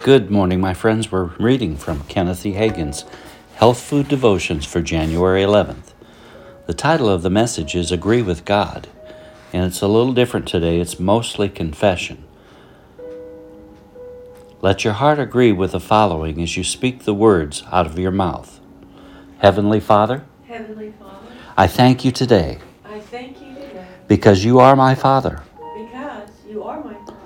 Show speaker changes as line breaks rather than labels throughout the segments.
Good morning, my friends. We're reading from Kenneth E. Hagan's Health Food Devotions for January 11th. The title of the message is Agree with God, and it's a little different today. It's mostly confession. Let your heart agree with the following as you speak the words out of your mouth Heavenly Father,
Heavenly Father,
I thank you today
I thank you today
because you are my Father,
because you are my Father,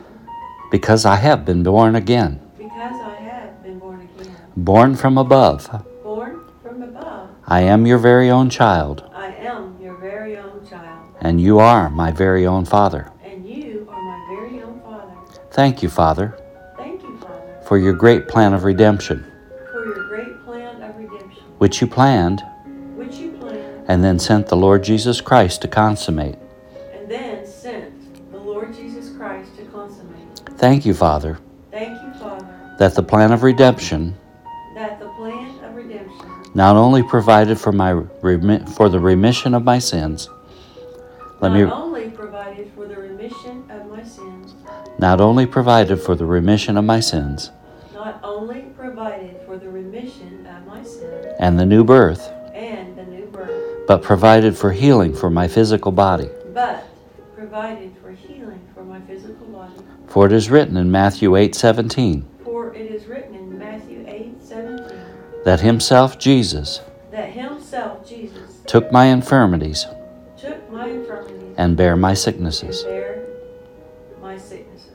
because I have been born again,
because I have been born again,
born from above.
born from above.
I am your very own child,
I am your very own child,
and you are my very own Father.
and you are my very own Father.
Thank you, Father,
Thank you, Father,
for your great plan of redemption,
for your great plan of redemption,
which you planned
which you planned
and then sent the Lord Jesus Christ to consummate.
and then sent the Lord Jesus Christ to consummate.
Thank you, Father,
Thank you, Father,
that the plan of redemption
that the plan of redemption
not only provided for my remi- for the remission of my sins, let
not
me
only provided for the remission of my sins,
not only provided for the remission of my sins
not only provided for the remission of my sins,
and the new birth,
and the new birth,
but provided for healing for my physical body.
but provided for healing for my physical body.
For it is written in Matthew 8:17
For it is written in Matthew 8 17
that himself Jesus
that Himself, Jesus,
took my infirmities
took my infirmities
and bare my
and
sicknesses.
bare my sicknesses.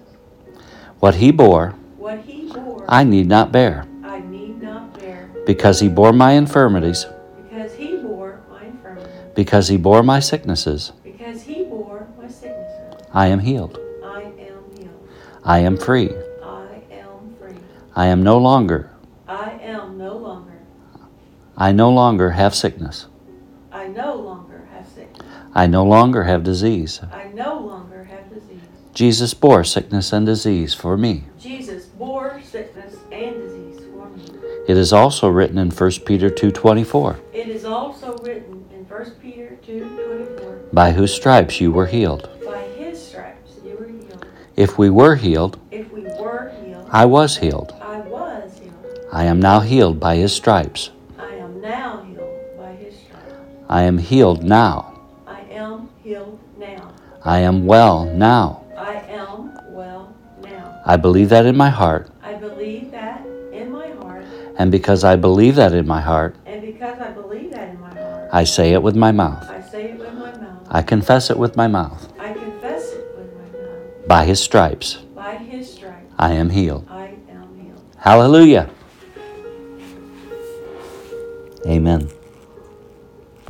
What he bore,
What He bore,
I need not bear,
I need not bear,
because he bore my infirmities,
because He bore my infirmities,
because he bore my sicknesses,
because He bore my sicknesses.
I am healed.
I am healed.
I am free.
I am free.
I am no longer,
I am no longer.
I no longer have sickness.
I no longer have sickness.
I no longer have disease.
I no longer have disease.
Jesus bore sickness and disease for me.
Jesus bore sickness and disease for me.
It is also written in 1 Peter 2:24,
It is also written in 1 Peter 2:24,
by whose stripes you were healed.
by his stripes you were healed.
If we were healed,
If we were healed,
I was healed.
I was healed.
I am now healed by his stripes.
I am now healed by his stripes.
I am healed now.
I am healed now.
I am well now.
I am well now.
I believe that in my heart,
I believe that in my heart,
and because I believe that in my heart,
and because I believe that in my heart,
I say it with my mouth.
I say it with my mouth.
I confess it with my mouth.
I confess it with my mouth.
By his stripes,
By his stripes
I am healed.
I am healed.
Hallelujah. Amen.